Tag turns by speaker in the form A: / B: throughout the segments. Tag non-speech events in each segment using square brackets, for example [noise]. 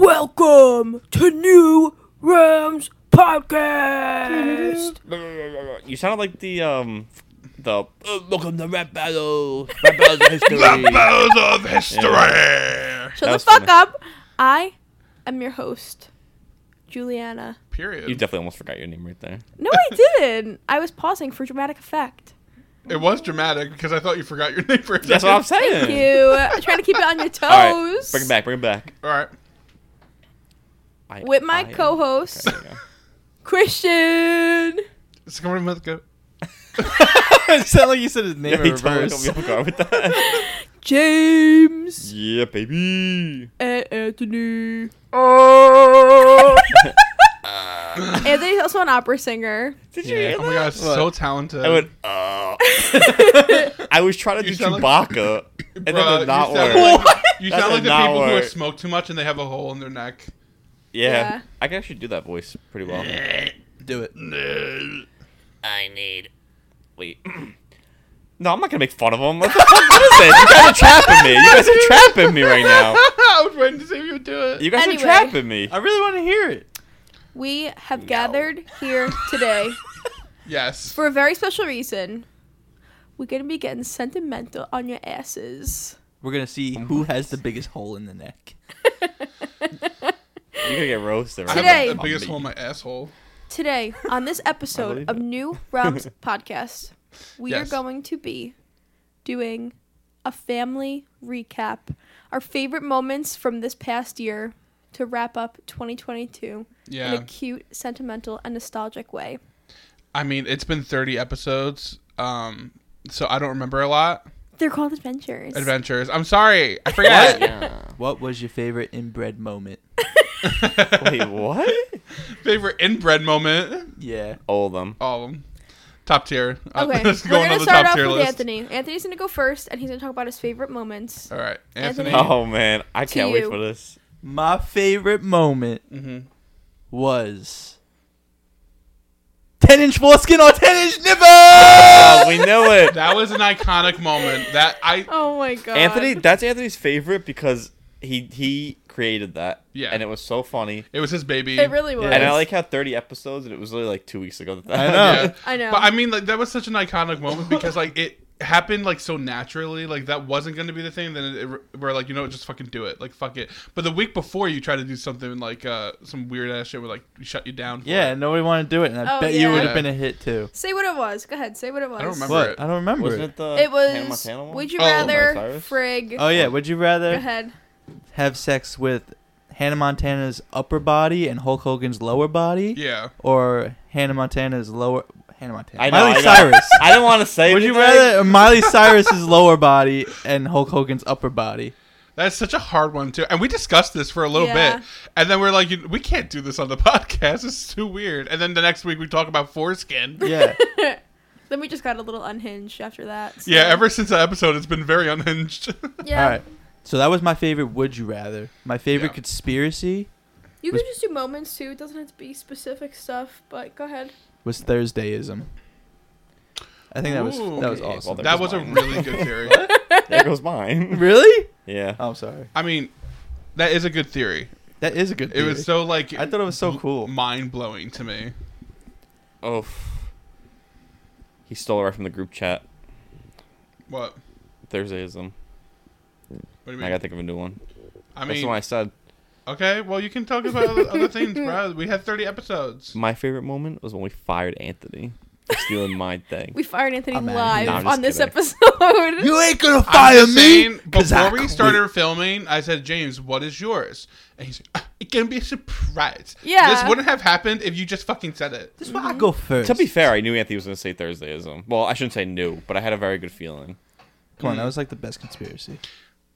A: Welcome to New Rams Podcast.
B: You sounded like the um the uh, welcome to rap battle. Rap battles of history.
C: Battles of history.
B: That
A: Shut the
B: was
A: fuck
B: funny.
A: up. I am your host, Juliana.
C: Period.
B: You definitely almost forgot your name right there.
A: No, I
B: [laughs]
A: didn't. I was pausing for dramatic effect.
C: it was dramatic because I thought you forgot your [laughs] name for a
B: That's what I'm saying.
A: Thank you. I'm trying to keep it on your toes.
B: [laughs] All right, bring it back. Bring it back.
C: All right.
B: I-
A: With my
B: I-
A: co-host
B: Okay, there
A: Christian.
C: It's coming month ago.
A: [laughs]
D: it sounded like you said his name
B: you go.
D: in
B: He totally
D: reverse.
B: caught me off guard with that.
A: James [laughs]
B: yeah, baby.
A: and
B: [laughs]
A: Anthony.
B: Uh,
D: [laughs]
A: Anthony's also an opera singer.
B: did you
C: Yeah.
B: hear
C: Oh my
B: that?
C: god, so
D: What?
C: talented.
B: I went.
A: [laughs]
B: Uh. I was trying to
C: You
B: do
C: sound like-
B: Chewbacca, and that
C: Bruh,
B: did not
C: you sound
B: work.
C: Like, you
B: That
C: sound like
B: did
C: the
B: not
C: people who
B: work.
C: have smoked too much and they have a hole in their neck.
B: yeah.
A: Yeah.
B: I can actually do that voice pretty well.
D: Do
C: [laughs]
D: it.
B: Oh. I need. Wait. [clears throat] No, I'm not gonna make fun of him. What the fuck is this? You guys are trapping me. You guys are trapping me right now.
C: I was waiting to see if you would do it.
B: You guys
A: Anyway.
B: are trapping me.
D: I really want to
B: [laughs]
D: hear it.
A: We have gathered here today
C: yes.
A: for a very special reason. We're gonna be getting sentimental on your asses.
D: We're gonna see who has the biggest hole in the neck.
B: You're gonna get roasted.
C: I
B: Right?
C: have
A: Today.
C: the- the biggest hole in my asshole.
A: Today, on
C: [laughs]
A: this episode
B: believe
A: of
B: it.
A: New Realms Podcast, we
C: Yes.
A: are going to be doing a family recap, our favorite moments from this past year to wrap up 2022 in
C: Yeah.
A: a cute, sentimental, and nostalgic way.
C: I mean, it's been 30 episodes, um, so I don't remember a lot.
A: They're called adventures. [laughs]
C: Adventures. I'm sorry. I forgot.
D: What was your favorite inbred moment?
C: [laughs]
B: Wait, what?
C: Favorite inbred moment.
D: Yeah.
B: All of them.
C: All of them. Top tier. Uh,
A: Okay,
C: [laughs] let's
A: we're
C: go on
A: gonna
C: the
A: start
C: top
A: off
C: tier
A: with
C: list.
A: Anthony. Anthony's gonna go first, and he's gonna talk about his favorite moments.
C: All right,
A: Anthony.
C: Anthony.
B: Oh man, I
A: To
B: can't wait
A: you.
B: for this.
D: My favorite moment
C: Mhm.
D: was ten inch foreskin or ten inch nipple.
B: Oh, we
A: [laughs]
B: know it.
C: That was an iconic moment. That I
A: Oh my god,
B: Anthony, that's Anthony's favorite because he he created that.
C: Yeah.
B: And it was so funny.
C: it was his baby.
A: It really was.
B: And I like how 30 episodes, and it was really like two weeks ago. That
D: I know.
C: Yeah.
A: I know.
C: But I mean, like that was such an iconic moment because like it happened like so naturally. Like that wasn't going to be the thing. Then it, it, we're like, you know, what, just fucking do it. Like fuck it. But the week before, you try to do something like uh some weird ass shit where like we shut you down. For
D: Yeah,
C: it.
D: nobody wanted to do it, and I
A: Oh,
D: bet
A: yeah.
D: you would
C: Yeah.
D: have been a hit too.
A: Say what it was. Go ahead. Say what it was.
C: I don't remember.
D: What? I don't remember.
B: Wasn't
D: It.
B: it the
A: It
B: Hannah
A: was.
B: Montana one?
A: Would you
C: Oh.
A: rather
B: Miley Cyrus?
A: frig?
D: Oh yeah. Would you
A: Go
D: rather
A: ahead.
D: have sex with Hannah Montana's upper body and Hulk Hogan's lower body?
C: Yeah.
D: or Hannah Montana's lower Hannah Montana.
B: I know,
D: Miley
B: I know. [laughs]
D: Cyrus.
B: I didn't want to say.
D: Would you
B: anything.
C: [laughs]
D: rather Miley Cyrus's lower body and Hulk Hogan's
A: [laughs]
D: upper body?
C: That's such a hard one too. And we discussed this for a little
A: Yeah.
C: bit, and then we're like, you- we can't do this on the [laughs] podcast. It's too weird. And then the next week we talk about foreskin.
D: Yeah.
A: Then we just got a little unhinged after that. so-
C: Yeah, ever since that episode, it's been very unhinged. [laughs]
A: Yeah.
D: All right. So that was my favorite. Would you rather? My favorite
C: Yeah.
D: conspiracy
A: You
D: Was-
A: can just do moments too. It doesn't have to be specific stuff. But go ahead.
D: was Thursdayism. I think that was
C: Ooh.
D: that was
B: Okay, well,
D: awesome.
B: there
C: that
B: goes
C: was a
B: mine.
C: really good theory.
B: [laughs] There goes mine.
D: [laughs] really?
B: Yeah.
D: Oh, I'm sorry.
C: I mean, that is a good theory.
D: That is a good.
C: It was
D: theory.
C: so like
D: I thought it was so cool.
C: mind blowing to me.
B: Oh. He stole it right from the group chat.
C: What?
B: Thursdayism.
C: What do you
B: I
C: mean?
B: gotta think of a new one.
C: I
B: That's the
C: mean,
B: one I said.
C: okay. Well, you can talk about other, other things,
D: [laughs]
C: bro. We had thirty episodes.
B: My favorite moment was when we fired Anthony for stealing
C: [laughs]
B: my thing.
A: We fired Anthony
D: I'm mad.
A: live
B: No, I'm just
A: on this
B: kidding.
A: episode.
D: You ain't gonna
C: I'm
D: fire
C: just
D: me.
C: saying,
D: 'cause I
C: Before we
D: quit.
C: started filming, I said, James, what is yours? And he's like, "Ah, it can be a surprise.
A: Yeah.
C: This wouldn't have happened if you just fucking said it.
D: This is why I go first.
B: To be fair,
C: [laughs]
B: I knew Anthony was gonna say Thursdayism. Well, I shouldn't say knew, but I had a very good feeling.
D: Come
C: mm.
D: on, that was like the best conspiracy.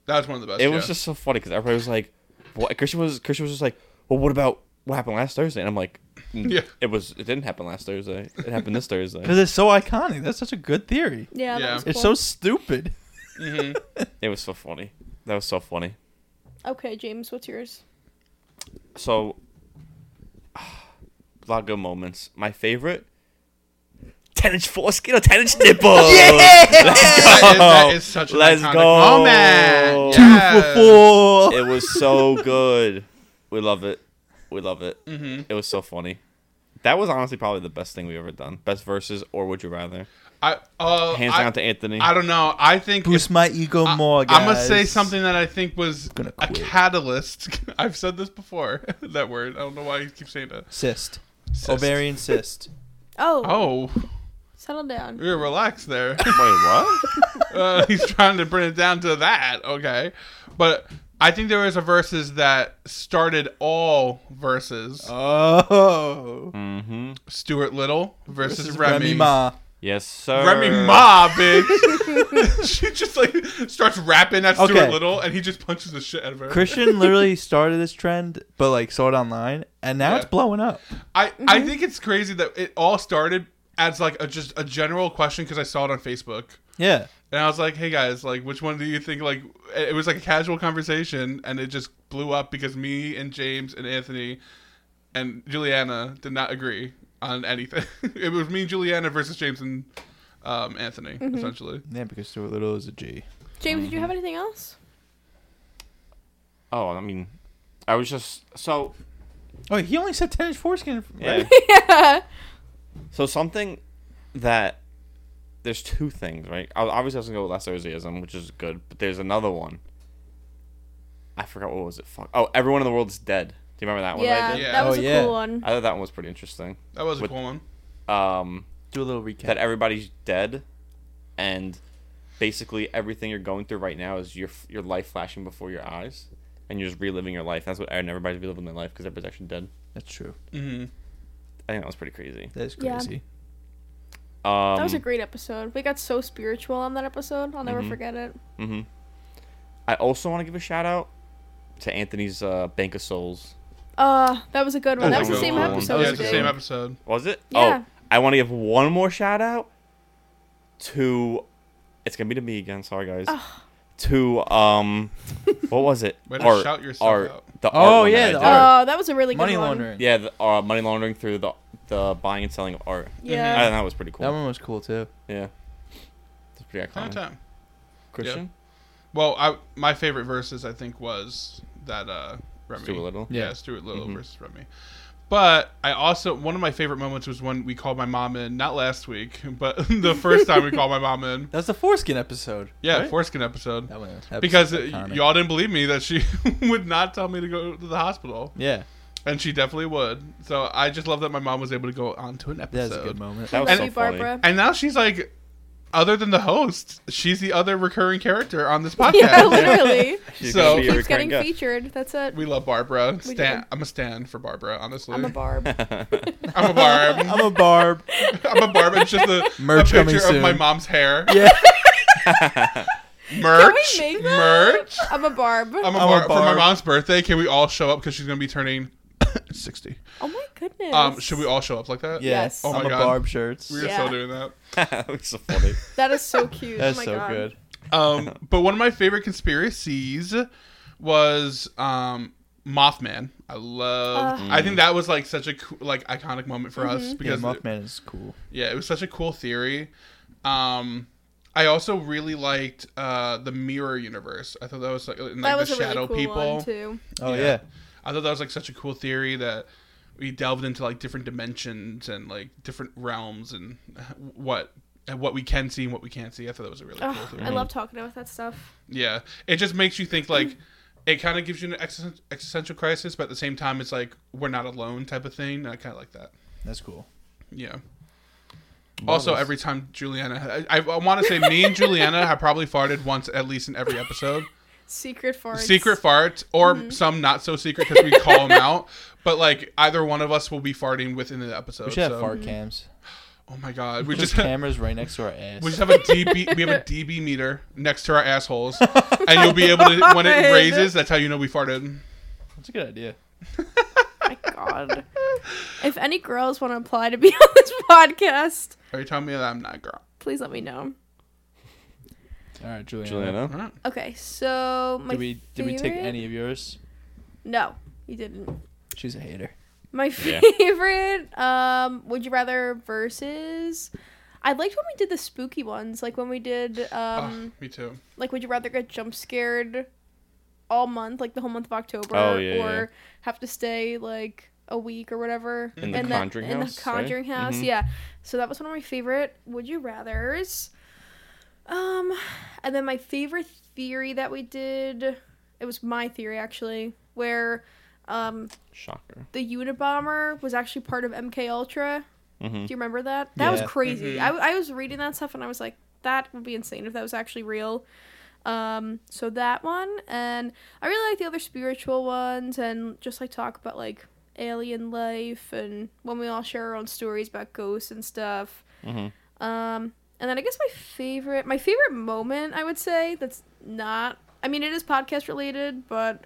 C: That was one of the best.
B: It was
C: yeah.
B: just so funny because everybody was like, "What?" Christian was Christian was just like, "Well, what about what happened last Thursday?" And I'm like, mm,
C: Yeah.
B: it was it didn't happen last Thursday. It happened this Thursday."
D: [laughs] Because it's so iconic. That's such a good theory.
A: [laughs] Yeah. That
C: Yeah.
A: was
D: It's
A: cool.
D: so stupid. [laughs]
C: Mm-hmm.
B: [laughs] It was so funny. That was so funny.
A: okay, James. What's yours?
B: So, [sighs] a lot of good moments. My favorite, ten inch foreskin or ten inch nipple.
C: [laughs] that, is, that is such an
B: Let's
C: iconic
B: go.
C: moment.
B: Two
D: Two for four.
B: It was so good. We love it. We love it.
C: Mm-hmm.
B: It was so funny. That was honestly probably the best thing we've ever done. Best verses or would you rather?
C: I uh,
B: Hands
C: I,
B: down to Anthony.
C: I don't know. I think
D: Boost my ego more, guys.
C: I'm gonna say something that I think was
D: Gonna
C: a
D: quit.
C: catalyst. [laughs] I've said this before. [laughs] that word. I don't know why I keep saying that.
D: Cyst.
C: Cyst.
D: Ovarian cyst.
A: Oh,
C: Oh, Mm.
A: settle down.
C: we were relaxed there. [laughs]
B: Wait, what?
C: uh, he's trying to bring it down to that. Okay, but I think there was a verses that started all verses.
D: Uh, Oh.
B: mm-hmm.
C: Stuart Little versus,
D: Remy,
C: Remy.
D: Ma.
B: Yes, sir.
C: Remy Ma, bitch. [laughs] she just like starts rapping at Stuart
D: Okay.
C: Little, and he just punches the shit out of her.
D: [laughs] Christian literally started this trend, but like saw it online, and now it's
C: Yeah.
D: blowing up.
C: I I think it's crazy that it all started as like a just a general question because I saw it on Facebook.
D: Yeah.
C: And I was like, "Hey guys, like, which one do you think?" Like, it was like a casual conversation, and it just blew up because me and James and Anthony and Juliana did not agree on anything. [laughs] it was me and Juliana versus James and um, Anthony, essentially.
D: Yeah, because Stuart Little is a G.
A: James, did you have anything else?
B: Oh, I mean, I was just so
D: Oh, he only said 10 inch foreskin.
B: yeah.
A: [laughs] yeah.
B: So something that there's two things, right? I obviously I was gonna go with last Thursdayism, which is good, but there's another one. I forgot what was it. Fuck. Oh, everyone in the world is dead. Do you remember that one?
A: Yeah,
B: Right?
C: Yeah.
A: that was
D: Oh,
A: a
D: yeah.
A: cool one.
B: I thought that one was pretty interesting.
C: That was a
B: With-
C: cool one.
B: Um,
D: Do a little recap.
C: uh,
B: that everybody's dead, and basically everything you're going through right now is your your life flashing before your eyes, and you're just reliving your life. That's what and everybody's reliving their life because everybody's actually dead.
D: That's true.
C: hmm
B: I think that was pretty crazy.
D: That is
A: Yeah.
D: crazy.
B: Um,
A: that was a great episode. We got so spiritual on that episode. I'll never forget it.
B: hmm I also want to give a shout out to Anthony's uh, Bank of Souls.
A: Uh, that was a good one.
B: That
A: That
B: was
A: was
B: a
A: the
B: good
A: same
B: one.
A: episode.
B: That was
C: yeah, it's the
A: Dave.
B: good
C: same
B: one.
C: episode.
B: Was it?
A: Yeah.
B: Oh, I want to give one more shout out to. It's gonna be to me again. Sorry, guys. To um, what was it?
C: Way to shout yourself
B: art,
C: out.
B: The
D: Oh,
B: art one that
D: yeah, the
B: I did.
D: art.
A: Oh, that was a really
D: Money
A: good one.
D: laundering.
B: Yeah, the, uh, money laundering through the the buying and selling of art. I
A: Yeah.
B: thought that was pretty cool.
D: That one was cool too.
B: yeah, that's pretty
C: Time,
B: iconic.
C: time.
B: Christian,
C: Well, I my favorite verses I think was that uh, Remy.
B: Stuart Little.
C: Yeah,
D: Yeah.
C: Stuart Little
B: Mhm.
C: versus Remy. But I also one of my favorite moments was when we called my mom in, not last week, [laughs] but the first time we called my mom in.
D: That was the foreskin episode.
C: Yeah,
D: right?
C: foreskin episode.
D: That one. that
C: because
D: episode's
C: y-
D: iconic.
C: y'all didn't believe me that she [laughs] would not tell me to go to the hospital,
D: Yeah,
C: and she definitely would. So I just love that my mom was able to go on to an
D: that was a
C: episode.
D: good moment.
B: That was
A: Love
B: so
A: you,
B: funny.
A: Barbara.
C: [laughs] and now she's like, other than the host, she's the other recurring character on this podcast.
A: [laughs] Yeah, literally.
B: She's gonna
C: So-
B: be
C: Keeps
B: a
A: Keeps getting
B: recurring guest.
A: featured. That's it.
C: We love Barbara. Stan-
A: do.
C: I'm a stand for Barbara, honestly. [laughs]
A: I'm a barb.
C: I'm a
A: [laughs]
C: Barb.
D: [laughs] I'm a barb.
C: [laughs] I'm a Barb. It's just a,
D: Merch
C: a
D: coming
C: picture of my
D: soon.
C: mom's hair.
D: yeah,
C: Merch.
A: make that?
C: Merch.
A: I'm a barb.
C: I'm a, Um,
D: I'm a
C: bar- for my
D: Barb.
C: mom's birthday. Can we all show up because she's gonna be
D: [coughs]
C: turning sixty?
A: oh my goodness.
C: Um, should we all show up like that?
D: yes.
A: Yes.
C: Oh my
D: I'm a
C: God.
D: barb shirts.
C: We are
A: Yeah.
C: so doing that.
B: [laughs] that was so funny.
A: That is so cute.
D: That's
A: oh my
D: so
A: god.
D: good.
C: Um, but one of my favorite conspiracies was um, Mothman. I love.
A: Ugh. Mm-hmm.
C: I think that was like such a co- like iconic moment for us
D: Yeah,
C: because
D: Mothman is cool.
C: Yeah, it was such a cool theory. Um, I also really liked uh, the mirror universe. I thought that was like, and, like
A: That was
C: the
A: a really
C: shadow
A: cool
C: people.
A: one too.
D: Oh
C: Yeah.
D: yeah.
C: I thought that was like such a cool theory that we delved into like different dimensions and like different realms and [laughs] what and what we can see and what we can't see. I thought that was a really
A: Ugh,
C: cool theory.
A: I love talking about that stuff.
C: Yeah, it just makes you think like. It kind of gives you an existen- existential crisis, but at the same time, it's like we're not alone type of thing. I kind of like that.
D: that's cool.
C: Yeah. Also,
B: was-
C: every time Juliana, I, I, want to say me and Juliana have probably farted once at least in every episode.
A: Secret farts.
C: Secret farts, or some not so secret because we call them out. But like either one of us will be farting within the episode.
D: We should have
C: so-
D: fart cams.
C: Oh my god, um, [laughs] we
D: We
C: just
D: just
C: have,
D: cameras right next
C: [laughs]
D: to our ass.
C: we just have a DB we have a DB meter next to our assholes, and you'll be able to when it
A: God.
C: raises. That's how you know we farted.
D: That's a good idea.
A: my god. If any girls want to apply to be [laughs] on this podcast,
C: Are you telling me that I'm not girl?
A: please let me know.
D: All right, Juliana.
B: Juliana.
C: All right.
A: Okay, so my
D: Did we did we take
A: favorite-
D: any of yours?
A: No, you didn't.
D: She's a hater.
A: My
B: Yeah.
A: favorite um would you rather versus I liked when we did the spooky ones, like when we did
C: Ugh,
A: um
C: Ah, me too.
A: like would you rather get jump scared all month, like the whole month of October,
B: Oh, yeah,
A: or
B: yeah.
A: have to stay like a week or whatever
B: In the
A: And
B: Conjuring
A: in
B: House,
A: the
B: right?
A: Conjuring House,
B: Mhm.
A: yeah. So that was one of my favorite Would You Rather's. Um, and then my favorite theory that we did, it was my theory actually, where um
B: Shocker.
A: the Unabomber was actually part of MK Ultra.
B: Mhm.
A: Do you remember that? That was
D: Yeah.
A: crazy.
C: Mhm.
A: I, I was reading that stuff and I was like, that would be insane if that was actually real. Um, so that one, and I really like the other spiritual ones, and just like talk about like alien life, and when we all share our own stories about ghosts and stuff.
B: Mhm.
A: Um, and then I guess my favorite, my favorite moment, I would say that's not. I mean, it is podcast related, but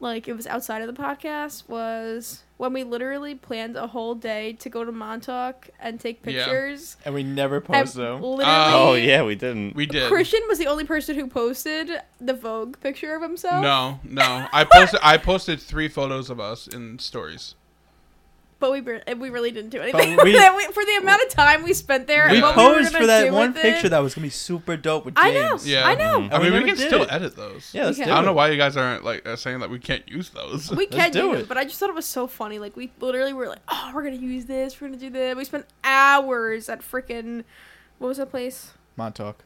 A: like it was outside of the podcast was when we literally planned a whole day to go to Montauk and take
C: Yeah.
A: pictures.
D: And we never
A: And
D: post them.
A: literally,
B: Oh yeah, we didn't.
C: Uh, [laughs] We did.
A: Christian was the only person who posted the Vogue picture of himself.
C: No, no. I posted. I posted three photos of us in stories.
A: but we br- and we really didn't do anything
D: But
A: with [laughs]
D: we-
A: that. We- for the amount of time we spent there.
D: We
A: and what we were gonna
D: posed for
A: do
D: that one
A: with
D: picture
A: it.
D: that was gonna be super dope with James.
A: I know.
C: Yeah.
A: I know.
D: Mhm.
C: I
D: And we
C: mean, we
D: never
C: can
D: did
C: still
D: it.
C: edit those.
D: Yeah, let's
A: We
D: do
A: can.
D: it.
C: I don't know why you guys aren't like uh, saying that we can't use those.
A: We
D: Let's
A: can do,
D: do
A: it.
D: it.
A: but I just thought it was so funny. Like we literally were like, "Oh, we're gonna use this. We're gonna do this." We spent hours at freaking what was that place?
D: Montauk.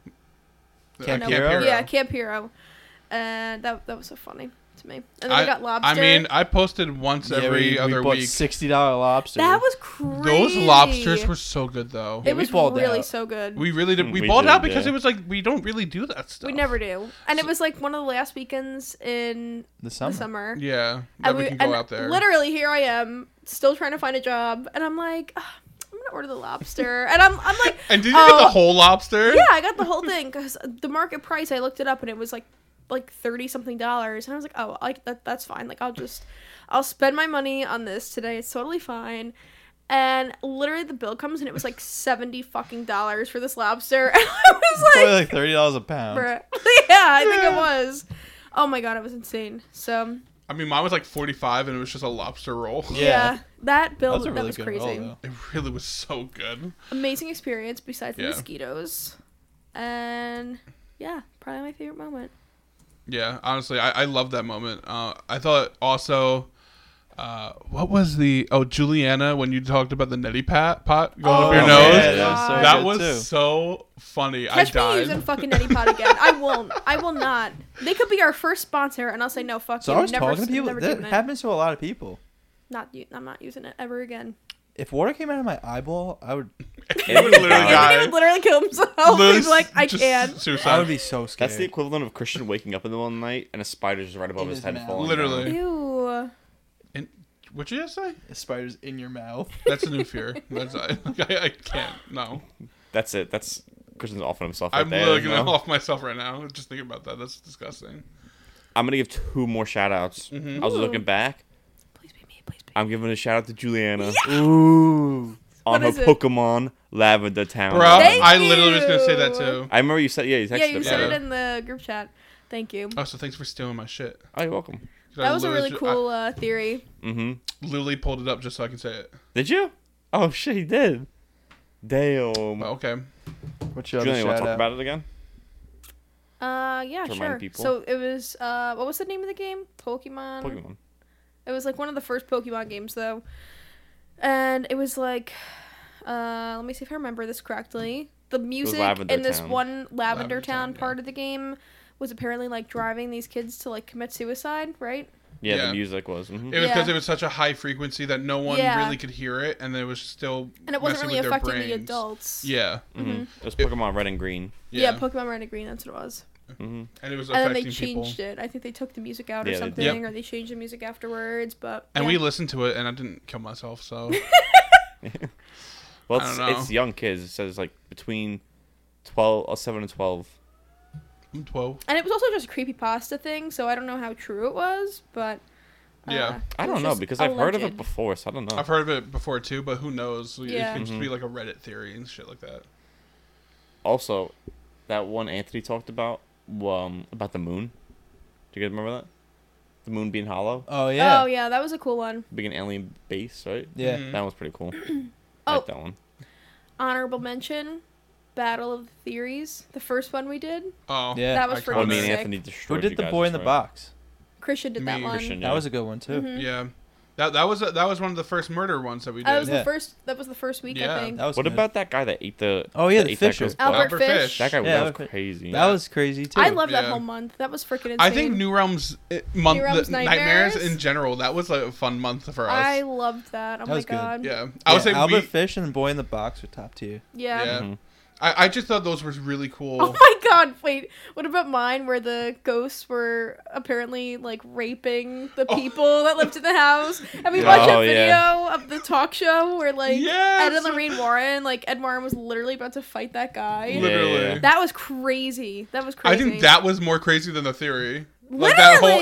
C: Uh, [laughs]
D: Camp
A: No,
D: Hero?
A: Yeah, Camp Hero, and that that was so funny to me. And then we got lobster.
C: I mean, I posted once
D: Yeah,
C: every
D: we,
C: other
D: we bought
C: week.
D: sixty dollar lobster.
A: that was crazy.
C: Those lobsters were so good though.
D: Yeah,
A: It
D: we
A: was
D: balled
A: really
D: out.
A: so good. We,
C: We really
D: Mm,
C: did. We,
B: We
C: balled
B: did,
C: out because
B: yeah.
C: it was like we don't really do that stuff.
A: never do, and it was like one of the last weekends in
D: the summer.
A: the summer.
C: Yeah, that we, can go
A: and
C: out there.
A: Literally, here I am, still trying to find a job, and I'm like, "Ugh, I'm gonna order the lobster, and I'm I'm like,
C: And did you get the
A: oh,
C: whole lobster?
A: Yeah, I got the whole thing because the market price. I looked it up and it was like like thirty something dollars, and I was like, oh, like that that's fine. Like I'll just I'll spend my money on this today. It's totally fine. And literally, the bill comes and it was like seventy fucking dollars for this lobster, [laughs] and I was
D: probably
A: like,
D: like thirty dollars a pound.
A: bruh. [laughs] yeah, I think it
C: Yeah.
A: was. Oh my god, it was insane. So
C: I mean, mine was like 45, and it was just a lobster roll. [laughs]
A: yeah, that bill
D: That was
A: that
D: a really
A: was
D: good
A: crazy.
D: roll though.
C: It really was so good.
A: amazing experience besides
C: Yeah.
A: the mosquitoes. And yeah, probably my favorite moment.
C: Yeah, honestly, I, I love that moment. Uh, I thought also, uh, what was the oh Juliana when you talked about the neti pat pot going up your
D: Oh, yeah,
C: nose?
D: that was so
A: God.
C: that
D: good,
C: was
D: too.
C: so funny.
A: Catch
C: I
A: me
C: died.
A: using fucking neti pot again. I won't. I will not. They could be our first sponsor, and I'll say no. Fuck
D: So
A: you.
D: I was
A: never,
D: talking to people.
A: Never
D: That
A: doing it.
D: happens to a lot of people.
A: Not you. I'm not using it ever again.
D: If water came out of my eyeball, I would.
B: It was
C: literally
B: bad.
C: got-
A: Anthony would literally kill himself. [laughs] He'd
C: Lose-
A: be oh, like, I
C: just
A: can.
D: I
C: [laughs] Suicide.
D: would be so scared.
B: That's the equivalent of Christian waking up in the middle of the night and a spider's right above
D: In
B: his
D: his
B: head
D: mouth.
B: falling.
C: Literally.
B: down.
A: Ew.
C: And what you just say?
D: spiders in your mouth.
C: That's a new fear. That's I, [laughs] I, I can't. No,
B: That's it. That's Christian's offering himself right
C: I'm
B: there.
C: looking
B: you know?
C: off myself right now. Just thinking about that. That's disgusting.
B: I'm gonna give two more shout outs.
C: Mm-hmm.
B: I was
A: Ooh.
B: looking back.
A: Please be me. Please be.
B: I'm giving a shout out to Juliana
D: Ooh.
B: on
A: What
B: her
A: is it?
B: Pokemon Lavender Town.
D: Oh,
C: Bro,
A: Thank
C: I literally was gonna say
A: you.
C: that too.
B: I remember you said yeah. You texted
A: Yeah, you
B: about
A: said
C: Yeah.
A: it in the group chat. Thank you.
C: Oh, so thanks for stealing my shit.
B: Oh, you're welcome.
A: That was a really
C: I
A: cool uh, theory.
B: Mm-hmm.
C: literally pulled it up just so I can say it.
B: Did you? Oh shit, he did. Damn.
C: Well, okay.
D: What's your
B: Juliana, you
D: other
B: want
D: shout
B: to talk
D: out?
B: about it again?
A: Uh, yeah,
B: To remind
A: sure.
B: people.
A: So it was uh, what was the name of the game? Pokemon.
B: Pokemon.
A: It was like one of the first Pokemon games though. And it was like uh let me see if I remember this correctly. The music
B: Lavender
A: in this
B: Town.
A: one Lavender
C: Lavender
A: Town
C: Town, yeah.
A: part of the game was apparently like driving these kids to like commit suicide, right?
B: Yeah,
C: Yeah.
B: the music was. mhm.
C: It was because
A: Yeah.
C: it was such a high frequency that no one
A: Yeah.
C: really could hear it, and it was still
A: And it wasn't
C: messing
A: really
C: with their
A: affecting the
C: brains.
A: adults.
C: Yeah,
B: Mhm. It was Pokemon Red and Green.
A: Yeah,
C: yeah,
A: Pokemon Red and Green, that's what it was.
B: hmm
C: and it was
A: and then
C: affecting
A: they
C: people.
A: changed it. I think they took the music out
B: Yeah,
A: or
B: they did.
A: something,
C: Yep.
A: or they changed the music afterwards. But
C: And
A: yeah.
C: we listened to it, and I didn't kill myself,
A: [laughs]
C: so
B: Well,
C: I
B: it's,
C: don't know.
B: it's young kids. It says like between 12, uh, 7 and 12.
C: I'm 12.
A: and it was also just a creepypasta thing, so I don't know how true it was, but uh,
C: Yeah.
B: I
A: it was
B: don't know
A: just
B: because
A: a
B: I've heard of it
A: legend.
B: before, so I don't know.
C: I've heard of it before too, but who knows?
A: Yeah.
C: It could just be like a Reddit theory and shit like that.
B: Also, that one Anthony talked about um, about the moon. Do you guys remember that? The moon being hollow,
D: Oh yeah.
A: Oh yeah, that was a cool one.
B: being an alien base, right?
D: yeah.
C: Mhm.
B: That one's pretty
A: [clears throat]
B: cool. I
A: Oh.
B: like that one.
A: honorable mention battle of the theories the first one we did
C: Oh,
D: Yeah.
A: that was
C: iconic.
A: for
B: Well, Oh, me and
A: sick.
B: Anthony
D: Who
B: destroyed.
D: did
B: you
D: the
B: guys,
D: boy in the
B: that's right.
D: box?
A: Christian did that
C: Me.
A: one.
B: Christian,
D: That was a good one too.
A: Mm-hmm.
C: Yeah, that that was that was one of the first murder ones that we did.
A: That was
D: Yeah.
A: the first. That was the first week I
C: Yeah.
A: think.
D: That was
B: What
D: good.
B: about that guy that ate the?
D: Oh, yeah,
B: that
D: the
B: ate that
D: fisher.
B: girl's
A: Albert
B: butt?
C: Albert
A: Fish.
C: Fish.
B: That guy
D: Yeah,
B: that
D: Albert
B: was
D: Fish.
B: crazy.
D: That was crazy too.
A: I love that
C: Yeah.
A: whole month. That was freaking insane.
C: I think New Realms eh, month,
A: New
C: the
A: Realms
C: nightmares?
A: Nightmares?
C: in general, that was like a fun month for us.
A: I loved that. Oh
D: That
A: my
D: was good.
A: god.
C: yeah, I would say
D: Yeah,
C: we.
D: Albert Fish and the Boy in the Box were top tier.
A: Yeah.
C: Yeah,
B: Mhm.
C: I, I just thought those were really cool.
A: Oh [laughs] my god, wait. What about mine where the ghosts were apparently like raping the
C: Oh.
A: people that lived in the house? And we
B: Yeah.
A: watched a
B: Oh,
A: video
B: yeah.
A: of the talk show where like Ed
C: Yes!
A: and Lorraine Warren, like Ed Warren was literally about to fight that guy.
B: Yeah.
C: Literally,
A: That was crazy. That was crazy.
C: I think that was more crazy than the theory.
A: Literally,
C: Like that whole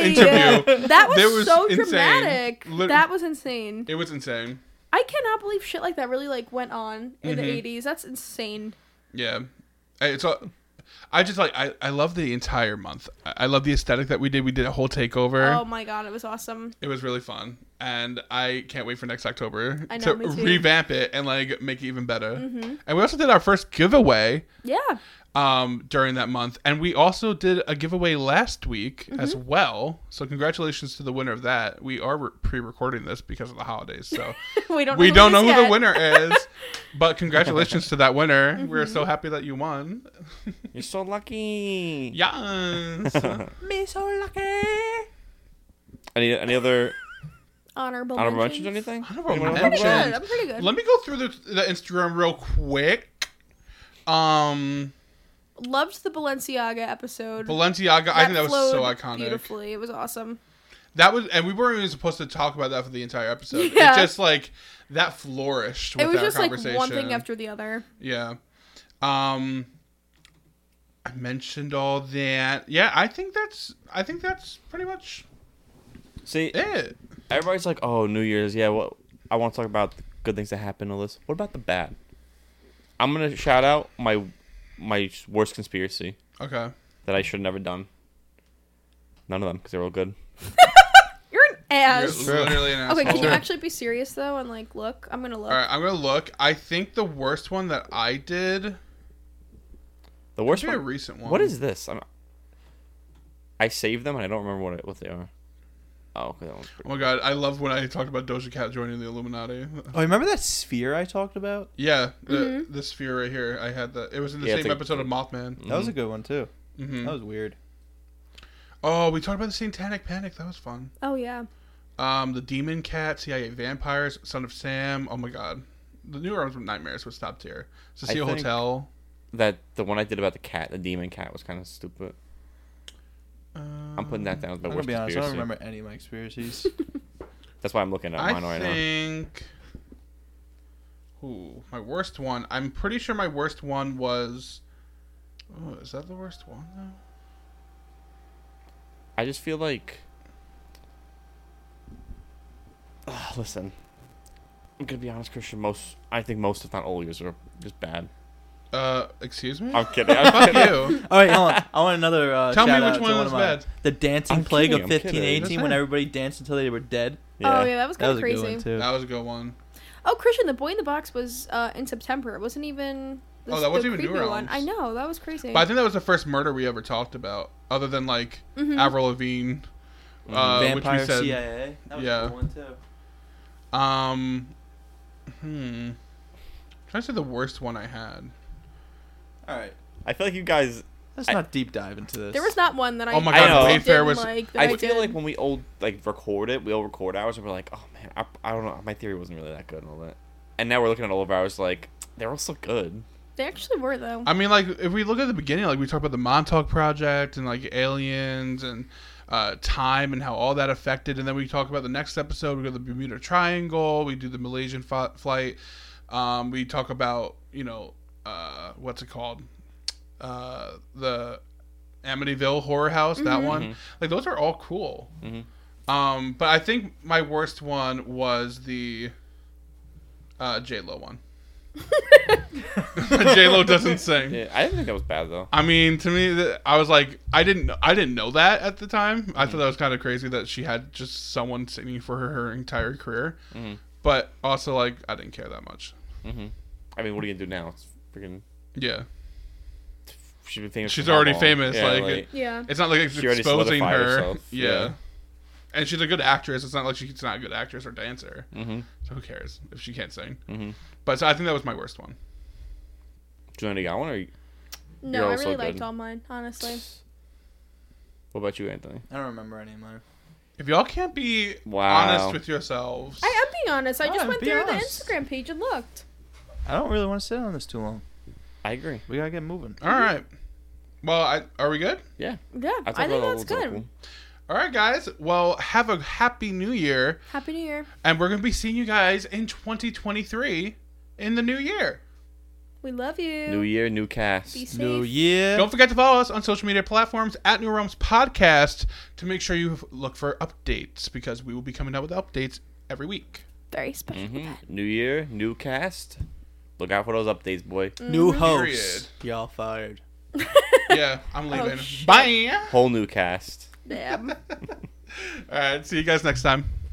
A: [laughs]
C: interview,
A: That was,
C: That was
A: so
C: insane.
A: dramatic.
C: Lit-
A: that was insane.
C: it was insane.
A: I cannot believe shit like that really like went on in
C: Mhm.
A: the 80s. That's insane.
C: Yeah, I- it's all. I just like I, I love the entire month. I I love the aesthetic that we did. We did a whole takeover.
A: Oh my god, it was awesome.
C: It was really fun, and I can't wait for next October
A: I know,
C: to
A: me too. Mm-hmm.
C: revamp it and like make it even better. And we also did our first giveaway
A: Yeah. [laughs]
C: um, during that month, and we also did a giveaway last week
A: Mm-hmm.
C: as well. So congratulations to the winner of that. We are re- pre-recording this because of the
A: [laughs]
C: holidays, so
A: We don't know
C: we
A: who
C: don't
A: it
C: know
A: is
C: who the
A: yet.
C: winner
A: [laughs]
C: is. But congratulations to that winner. We're
A: Mm-hmm.
C: so happy that you won.
B: You're so lucky. [laughs]
C: [laughs] Yes.
D: Me so lucky.
B: Any any other
A: Honorable,
B: honorable mentions?
A: mentions.
B: or anything?
C: Honorable
B: Anyone wanna talk
A: Pretty
C: mentions.
B: about it?
A: good. I'm pretty good.
C: Let me go through the, the Instagram real quick. Um,
A: Loved the Balenciaga episode.
C: Balenciaga. I think that was so
A: flowed
C: iconic.
A: Beautifully, it was awesome.
C: That was, and we weren't even supposed to talk about that for the entire episode.
A: Yeah.
C: It just like that flourished. With
A: it was
C: our
A: just like
C: conversation.
A: one thing after the other.
C: Yeah. Um. I mentioned all that. Yeah, I think that's. I think that's pretty much
B: See,
C: it.
B: everybody's like, "Oh, New Year's, yeah." Well, I want to talk about the good things that happened. All this. What about the bad? I'm gonna shout out my my worst conspiracy
C: Okay.
B: that I should have never done. None of them because they're all good.
A: You're an ass.
C: You're literally an
A: okay, can
C: asshole.
A: you actually be serious though and like look? I'm gonna look.
C: All right, I'm gonna look. I think the worst one that I did.
B: The worst
C: Should be a
B: one.
C: recent one.
B: What is this? I'm, I saved them and I don't remember what it, what they are. Oh, okay, that one's
C: Oh
B: pretty.
C: my god! I love when I talked about Doja Cat joining the Illuminati. [laughs]
D: Oh, remember that sphere I talked about?
C: Yeah, the,
A: Mm-hmm.
C: the sphere right here. I had that. It was in the
B: Yeah, it's
C: same
B: like-
C: episode of Mothman.
D: That
B: Mm-hmm.
D: was a good one too.
C: Mhm.
D: That was weird.
C: Oh, we talked about the Satanic Panic. That was fun.
A: Oh yeah.
C: Um, the Demon Cat, CIA Vampires, Son of Sam. Oh my God, the New Orleans Nightmares was top tier. Cecile
B: think-
C: Hotel.
B: That the one I did about the cat, the demon cat, was kind of stupid.
C: Uh,
B: I'm putting that down as my
D: I'm gonna
B: worst
D: be honest. I
B: conspiracy.
D: don't remember any of
B: [laughs]
D: my conspiracies.
B: That's why I'm looking at
C: I
B: mine right now.
C: think. Ooh, my worst one. I'm pretty sure my worst one was. Oh, is that the worst one though?
B: I just feel like. [sighs] Ugh, listen, I'm gonna be honest, Christian. Most, I think most, if not all, years are just
A: [laughs]
B: bad.
C: Uh, excuse me.
B: I'm kidding. I'm
C: [laughs] Fuck
B: kidding.
A: Oh,
B: [laughs]
C: you.
D: All right, hold on. I want another. Uh,
C: Tell me
D: shout
C: which
D: out
C: one
D: to
C: was
D: of mine.
C: bad.
D: The dancing
B: I'm
D: plague
B: kidding, I'm
D: of
B: kidding.
D: fifteen eighteen, when
C: That's it.
D: everybody danced until they were dead.
A: Oh yeah, that was
D: That
A: kind of
D: was a
A: crazy.
D: good one too.
C: That was a good one.
A: Oh Christian, the Boy in the Box was uh, in September. It wasn't even.
C: Oh,
A: this-
C: that wasn't
A: the
C: even New
A: creepy one.
C: Orleans.
A: I know that was crazy.
C: But I think that was the first murder we ever talked about, other than like Avril Lavigne.
B: Mm-hmm.
C: Uh,
D: Vampire
C: which we said,
D: CIA. That was
C: yeah.
D: a good one too.
C: Um, hmm. Trying to say the worst one I had.
D: All right,
B: I feel like you guys.
D: let's
B: I-
D: not deep dive into this.
A: there was not one that I.
C: Oh my
A: I
B: God,
A: didn't
C: Wayfair was-
A: Like, that
B: I,
A: I,
B: feel
A: did.
B: like when we all like record it, we all record ours, and we're like, oh man, I, I don't know. My theory wasn't really that good and all that. And now we're looking at all of ours, like they're all so good.
A: they actually were though.
C: I mean, like if we look at the beginning, like we talked about the Montauk Project and like aliens and uh, time and how all that affected, and then we talk about the next episode. We go to the Bermuda Triangle. We do the Malaysian fi- flight. Um, we talk about you know uh, what's it called? Uh, the Amityville Horror House. That one. Like those are all cool. Um, but I think my worst one was the uh, J Lo one. [laughs] J Lo doesn't sing.
B: Yeah, I didn't think that was bad though.
C: I mean, to me, th- I was like, I didn't, I didn't know that at the time. I
B: Mm-hmm.
C: thought that was kind of crazy that she had just someone singing for her, her entire career.
B: Mm-hmm.
C: But also, like, I didn't care that much.
B: I mean, what are you gonna do now? It's freaking.
C: Yeah,
B: She's been famous.
C: She's
B: for how
C: already
B: long?
C: famous, like-
A: yeah.
C: it's not like it's
B: She already
C: exposing
B: solidified
C: her.
B: herself,
C: [laughs] Yeah.
B: yeah.
C: and she's a good actress. It's not like she's not a good actress or dancer.
B: Mm-hmm.
C: So who cares if she can't sing?
B: Mm-hmm.
C: But so I think that was my worst one.
B: Do you want to get one or? you-
A: No,
B: You're
A: I
B: also
A: really
B: good.
A: liked all mine, honestly.
B: What about you, Anthony?
D: I don't remember any of mine.
C: If y'all can't be
B: Wow.
C: honest with yourselves,
A: I am being honest. I
D: No,
A: just went
D: be
A: through
D: honest.
A: the Instagram page and looked.
D: I don't really want to sit on this too long.
B: I agree.
D: We gotta get moving.
C: all right. Well, I, are we good?
B: Yeah,
A: Yeah, I, think
B: thought that
A: that's
B: was all
A: good.
B: cool.
C: All right, guys. Well, have a happy new year,
A: Happy New Year.
C: and we're gonna be seeing you guys in 2023 in the new year.
A: We love you.
B: New year, new cast.
A: Be safe.
D: New year.
C: Don't forget to follow us on social media platforms at New Realms Podcast to make sure you look for updates because we will be coming out with updates every week.
A: Very special.
B: hmm New year, new cast. Look out for those updates, boy.
D: New
C: Period.
D: host. Y'all fired.
C: Yeah, I'm
A: Oh,
C: leaving.
A: shit.
C: Bye.
B: Whole new cast.
A: Damn.
C: All right, see you guys next time.